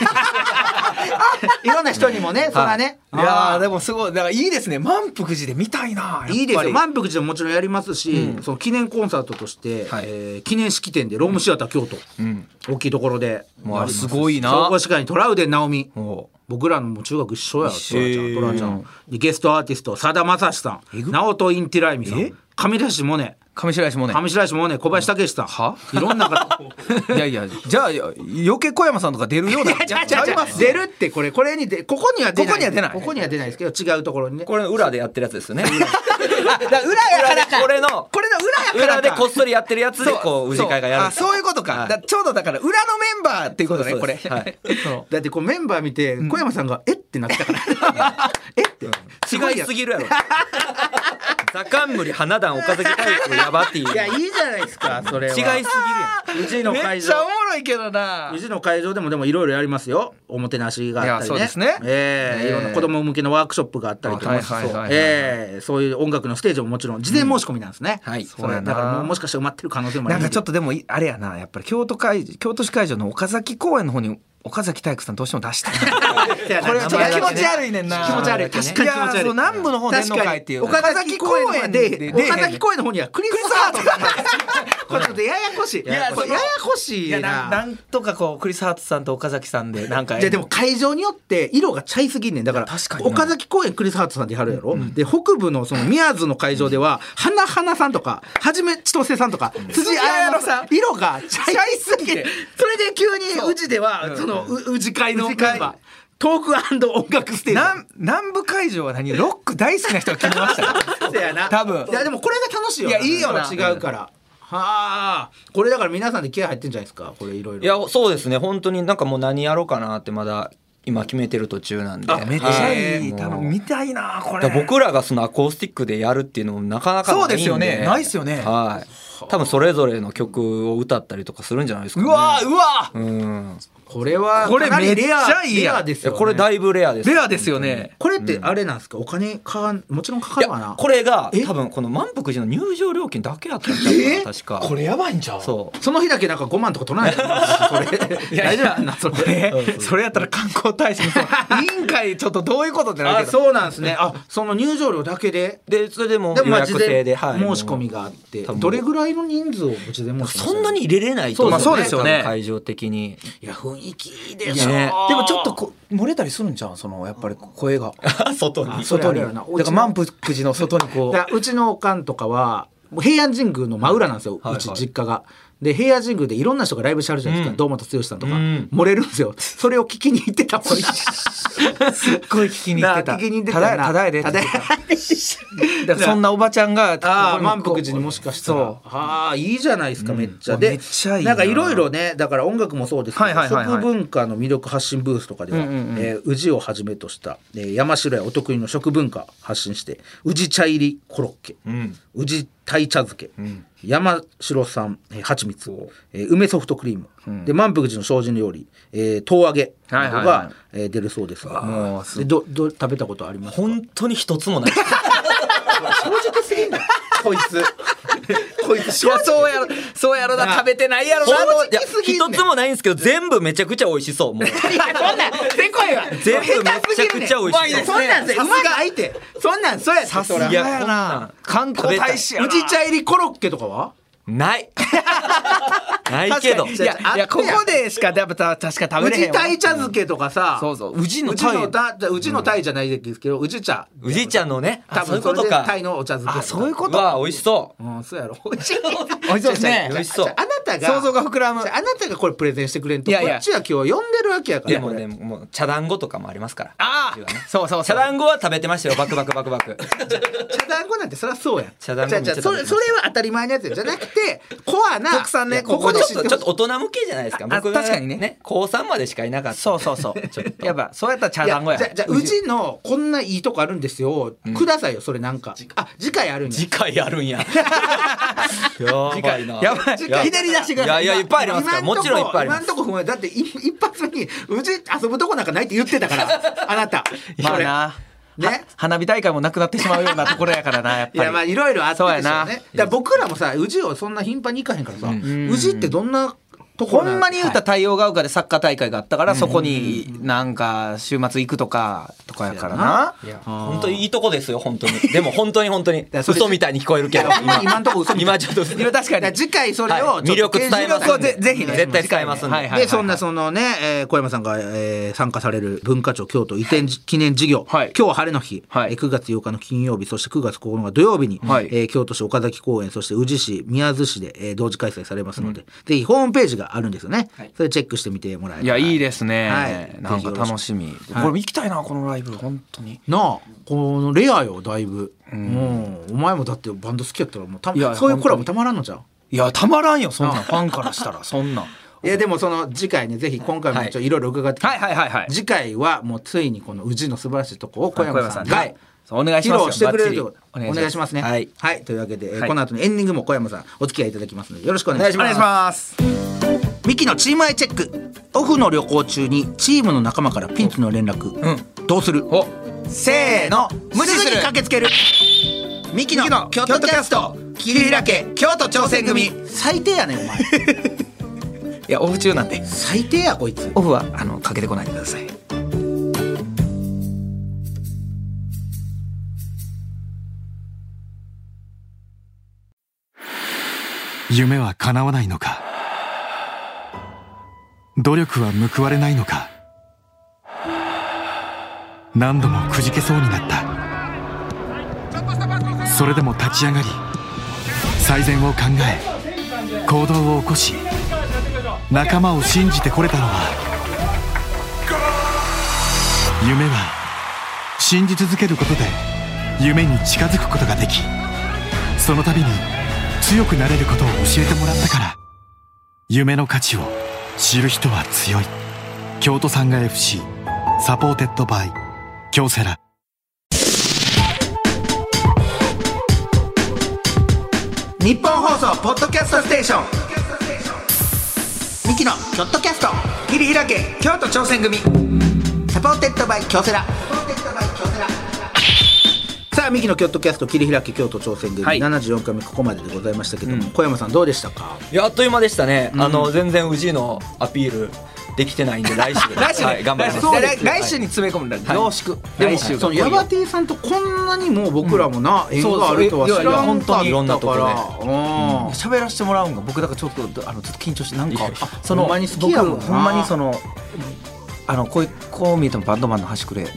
C: いろんな人にもね、それはね。
B: いやーでもすごいだからいいですね満腹時で見たいなやっぱり
C: いいですよ満腹寺ももちろんやりますし、その記念コンサートとして、
F: はい
C: えー記念式典でロームシアター京都、大きいところで
F: もうありますすごいな
C: 総合司会にトラウデン直美
F: も
C: 僕らのもう中学一緒やトラちゃ
F: 緒
C: んトラちゃんでゲストアーティストさだまさしさん直人インティライミさん上出し萌音
B: 上白石萌音
C: 上白石萌音小林武史さん、いろんな (laughs) 方
B: いやいやじゃあよ余計小山さんとか出るような
C: ちゃうちゃうちゃう出るってこれこれにでここには出ない
B: ここには出ない
C: ここには出ないですけど違うところにね
F: うこれの裏でやってるやつですよね
B: だ裏やからか
F: これの
B: これの裏やから
F: 裏
B: か
F: でこっそりやってるやつでこう宇治会がやる
B: あそういうことか,、だちょうどだから裏のメンバーっていうことね
F: そう
B: こ
F: で
B: れ、
F: すそうで
B: (laughs)
F: す
B: そう
C: だってこうメンバー見て小山さんが「えっ?」てなってた (laughs) からえって
F: 違いすぎるやろ座冠花壇岡崎タイプヤバティ
C: いやいいじゃないですかそれ
F: 違い
C: は
F: すぎるやん
C: うちの
B: め
C: 会
B: っちゃお
C: 場
B: もろいけどな
C: うちの会場でもでもいろいろやりますよおもてなしがあったりね
B: いやそうですね
C: え
B: え
C: え
B: え
C: いろんな子供向けのワークショップがあったりと
B: あ
C: か
B: 楽しそうはいはいはいはい
C: ええそういう音楽のステージももちろん事前申し込みなんですね、
F: うんはい
C: そうやなだからもうもしかして埋まってる可能性もあり
B: な
C: ま
B: ん
C: す
B: かちょっとでもいあれやなやっぱり京都会京都市会場の岡崎公園の方に岡崎体育さんどうしても出 (laughs) したいこれはちょっと気持ち悪いねんな
C: 気持ち悪い確かに気持ち悪い
B: やそう南部の方
C: 確
B: 年の
C: か
B: 会
C: に
B: っていう
C: 岡崎公園で
B: 出えへん
C: 岡崎公園の方にはクリスハートがいます (laughs) これちょっとややこしい
B: ややこしい
C: これややこし
B: い
C: い
B: や
C: な
B: ななんとかこうクリス・ハーツさんと岡崎さんでなんか
C: じゃあでも会場によって色がちゃいすぎんねんだから
B: 確かにな
C: 岡崎公園クリス・ハートさんでやるやろ、で北部のその宮津の会場では花花さんとかはじめ千歳さんとか辻彩乃さん色がちゃいすぎてそれで急に宇治ではそのう宇治会のメンバートーク音楽ステージ
B: 南南部会場は何ロック大好きな人が決めました (laughs) よ
C: そうやな
B: 多分
C: いやでもこれが楽しいよ
B: いやいいよな
C: 違うから、はあこれだから皆さんで気合入ってんじゃないですかこれいろいろ
F: いやそうですね本当になんかもう何やろうかなってまだ今決めてる途中なんで
B: めっちゃいい
F: は
B: 多
F: もう
B: 分見たいなこれ
F: だから僕らがそのアコースティックでやるっていうのもなかなかないん
B: そうですよねないっすよね
F: はい多分それぞれの曲を歌ったりとかするんじゃないですか、
B: う
F: ね、
B: わうわ
F: うん
C: これは
B: これ
C: かなり
B: めっちゃいいやん
C: レアです
F: いや
C: よ、ね、
F: これだいぶレアです
B: レアですよね
C: これってあれなんですか、お金かかんもちろんかか
F: い
C: るわな
F: やこれが
C: え
F: 多分この満腹寺の入場料金だけやったんちゃうかな確か
B: れやばいんちゃう
F: そ
C: その日だけなんか5万とか取らないと思うしそれ大丈夫なんだそ
B: これ
C: れ
B: それやったら観光大使のその委員会ちょっとどういうことってな
C: あ
B: るけど
C: そうなんですねあその入場料だけで
F: う (laughs) でそれでも
C: で
F: 予
C: もまあ事
F: 約制
C: 前
F: で、
C: 申
F: はい
C: し込みがあって
F: 多分
C: どれぐらいの人数を事前申し込みする
F: そんなに入れれないと
B: ま
F: 思
B: あそうですよね
F: 多分会場的に
B: (laughs)
C: いや雰囲気いいでしょ、
F: ね
B: でもちょっとこ漏れたりするんじゃんそのやっぱり声が
F: 外に
C: それあ
B: 外に
C: るや
B: だ
C: ろな
B: から満腹寺の外にこ
A: (laughs)
C: だからうちのおかんとかはもう平安神宮の真裏なんですよ、うち実家が。
A: で平野神宮でいろんな人がライブしてはるじゃないですか、堂本剛さんとか、
B: うん
A: 漏れるんですよそれを聞きに行ってたもん
B: すっごい聞きに行ってた。
A: (laughs) なあ聞きに行ってた
B: た
A: よ
B: だ
A: な
B: ただやでって言ってた。
A: ただ
B: だからそんなおばちゃん (laughs) が、
A: ああ
B: ここに
A: 満腹時にもしかしたら
B: そう
A: ああいいじゃないですか、めっちゃ
B: うん
A: で
B: めっちゃいいな
A: なんかいろいろねだから音楽もそうですけど、
B: はいはいはいは
A: 食
B: い
A: 文化の魅力発信ブースとかでは、
B: うんうんうん
A: えー宇治をはじめとした、えー山城屋お得意の食文化発信して宇治茶入りコロッケ、
B: ん
A: 宇治鯛茶漬け、山城さんえー蜂蜜、えー梅ソフトクリーム、で満腹時の精進料理、えー、唐揚げなどが、
B: はいはいはい
A: えー出るそうですが
B: もうす
A: でどど食べたことありますか
F: 本当に一つ
B: (laughs)
F: もない
A: こいつこいつ
B: いやそうやろそうやろな食べてないやろなと思っ
F: い
B: て
F: や一つもないんですけど全部めちゃくちゃ美味しそうもう
A: いやそんなんせこいわ
F: 全部めちゃくちゃ美味しそう
A: そんなんせうまく相手そんなんそうやさす
F: いやこんなん
B: 観光大使やな
A: うち茶入りコロッケとかは
F: ない (laughs) ないけど
A: 確
B: いやいやここでしかやっぱ確か食
A: う
B: べれへ
A: ち
B: んわ
A: 鯛茶漬けとかさ
B: そうそう宇治の
A: うち
B: 鯛
A: のたうちの鯛じゃないですけどうち茶
F: 宇治茶のねあ
A: 多
F: そうい
A: 分
F: うこ
A: それ
F: と
A: で
F: か
A: 鯛のお茶漬け
B: あそういうこと
F: うわ美味しそう
A: うんそうや (laughs) ろ美味しい
B: 美味しそうです
A: じ
B: ね
A: ゃあじゃあ
F: 美味しそう
A: じゃああなたが
B: 想像が膨らむ
A: じゃああなたがこれプレゼンしてくれんと
B: い
A: こ
B: やいや
A: っちは今日呼んでるわけやから
F: でもねもう茶団子とかもありますから
B: あ
F: うちはね
B: あそうそうそ
F: 茶
B: う
F: 団子は食べてましたよバクバクバクバク
A: 茶団子なんてそりゃそうやん
F: 茶団子めっち
A: じ
F: ゃ
A: ゃあじゃあそれそれは当たり前のやつやじゃなくてコアな
B: 特産ね
A: いやここで知
F: ち
A: っ
F: ょってとちょ
A: ほし
F: っ
A: い
F: と大人向けじゃないですか
B: あ
F: 僕が
B: 確かにね
F: 高3までしかいなかった
B: そうそうそう
F: (laughs)
B: やっぱそうやったら茶
A: いや
B: 団子や
A: じゃあじゃあうちのこんないいとこあるんですよ、くださいよそれなんかあ次回あるんや
F: 次回あるんややばいな
B: やばい
A: 次回
B: ひねり出してください
F: いやいやいっぱいありますから
A: 今
F: もちろんいっぱいあります
A: 今んとこ不安だってい一発目にうち遊ぶとこなんかないって言ってたからあなた
B: まあ
A: これ
B: な
A: ね
B: は花火大会もなくなってしまうようなところやからなやっ
A: い
B: ぱ
A: やまあ
B: り
A: いろいろあったでしょうね
B: そ
A: だ
B: うやな
A: から僕らもさ宇治をそんな頻繁に行かへんからさ
B: ん
A: 宇治ってどんなとこ
B: ほ
A: ろなん
B: まに言うたら太陽が丘でサッカー大会があったからそこになんか週末行くとかとかやからな
F: 本当にいいとこですよ本当にでも本当に本当に
A: らそれ
F: 嘘みたいに聞こえるけど
A: 今今んとこ嘘みたい
F: 今ちょっと嘘
B: 今確か
A: だから
B: に
A: 次回それを
F: はい魅力伝えます
A: ちょっと検証してぜひね
F: 絶対使えますんで
B: はいはいはいはい
A: でそんなそのね、えー小山さんが、えー参加される文化庁京都移転記念事業、
B: はい
A: 今日は晴れの日、
B: はい
A: えー9月8日の金曜日そして9月9日土曜日に、
B: はい
A: えー京都市岡崎公園そして宇治市宮津市で、えー同時開催されますので、ぜひホームページがあるんですよね、それチェックしてみてもらえ
B: い
A: た
B: や
A: ら
B: いいですね
A: はい
B: なんか楽しみこれ行きたいなこのライブ本当に
A: なあこのレアよだいぶ、もうお前もだってバンド好きやったらもうた
B: いや
A: そういうコラボたまらんのじゃん
B: いやたまらんよそんなんファンからしたらそんなん
A: いやでもその次回ねぜひ今回もちょっといろいろ伺って、
B: (laughs) はいはいはいはい
A: 次回はもうついにこの宇治の素晴らしいとこを小山さん
B: は
A: が
B: いお願いし
A: 披
B: ます
A: 露して
B: よ
A: くれるということ
B: バッ
A: お
B: チリ
A: 願いしますね
B: は
A: はいい、というわけで、えー
B: はい
A: この後のエンディングも小山さんお付き合いいただきますのでよろしくお願いし
B: お願
A: ま
B: いし
A: す
B: ます
A: ミキのチームアイチェックオフの旅行中にチームの仲間からピンチの連絡、どうする
B: せーの無視
A: す
B: す
A: ぐに
B: る
A: 駆けつけるミキ
B: ミキの
A: の京都キャスト桐平家
B: 京都挑戦組い
A: 最低やねんお前
B: やオフ中なんで
A: 最低やこいつ
B: オフはあのかけてこないでください
G: 夢は叶わないのか努力は報われないのか何度もくじけそうになったそれでも立ち上がり最善を考え行動を起こし仲間を信じてこれたのは夢は信じ続けることで夢に近づくことができその度に強くなれることを教えてもらったから夢の価値を知る人は強い京都産が FC サポーテッドバイ京セラ
A: 日本放送ポッドキャストステーションミキのキョットキャスト桐平家京都挑戦組サポーテッドバイ京セラさあミキのキョットキャスト桐平家京都挑戦組、
F: はい
A: 74回目ここまででございましたけども、
F: うん
A: 小山さんどうでしたか
F: いやあっという間でしたね、あの全然宇治のアピールできてないん
A: (laughs)
F: で来週
B: 来週
F: はい、頑張ります
A: そうです
B: 来来週に詰め込むんだ凝縮
A: でも
B: 来週が
A: そのヤバティさんとこんなにも僕らもな、縁があるとは知らんか
F: そうそういやいや本当にいろんなところで
A: ろ
B: 喋らせてもらうんが僕だからちょっとあのちょっと緊張してなんかあその
A: ほんまに好きやもんな
B: 僕ほんまにそのあのこういうこう見えてもバンドマンの端くれ僕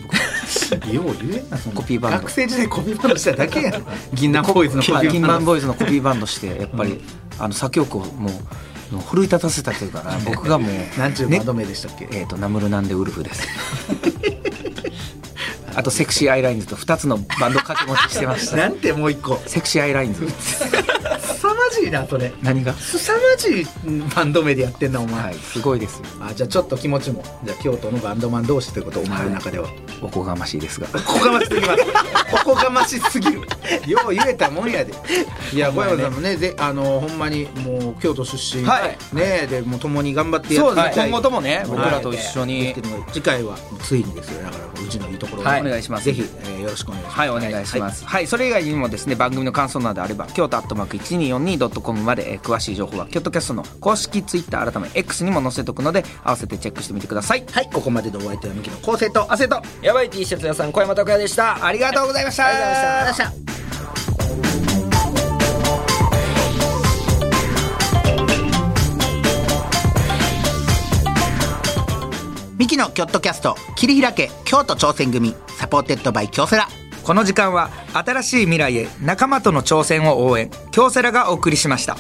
A: よう言えんなそんな
B: コピーバンド
A: 学生時代コピーバンドしただけやん銀杏ボーイズのコピーバンド
B: 銀ンボーイズのコピーバンドしてやっぱり、あの作曲をもう奮い立たせたというかな僕がもう
A: なんちゅう
B: ね
A: 窓目でしたっけ、
B: えっ、とナムルナンでウルフですあとセクシーアイラインズと2つのバンド掛け持ちしてました
A: なんてもう一個
B: セクシーアイラインズ
A: 凄まじいなそれ
B: 何が
A: 凄まじいバンド名でやってんなお前、
B: はいすごいですよ
A: (laughs) あじゃあちょっと気持ちもじゃあ京都のバンドマン同士ということお前の中で
B: (laughs)
A: は、
B: おこがましいですが
A: おこがましすぎます。おこがましすぎる。 (laughs) よう言えたもん
B: (laughs)
A: やで。いや、小山さんもね、で、あの、ほんまに、もう京都出身。
B: はい
A: ね、で、もう共に頑張ってやっ
B: そう
A: て
B: で
A: い
B: す
A: き
B: ね
A: たい。
B: 今後ともね
A: はい
B: 僕らと一緒に
A: でも次回は、ついにですよ。だから、うちのいいところを。
B: はいお願いします
A: ぜひ、えーよろしくお願いします。
B: はいお願いしますはい、それ以外にもですね番組の感想などあれば京都アットマーク 1242.com まで、えー詳しい情報は京都キャストの公式ツイッター改め X にも載せておくので合わせてチェックしてみてください
A: はい、ここまででお相手はミキの構成と。
B: 汗と
H: やばい T シャツ屋さん小山拓也でした
B: ありがとうございましたありがとうございました
A: ミキのキョットキャスト、切り開け、京都挑戦組、サポーテッドバイ京セラ。
B: この時間は新しい未来へ仲間との挑戦を応援京セラがお送りしました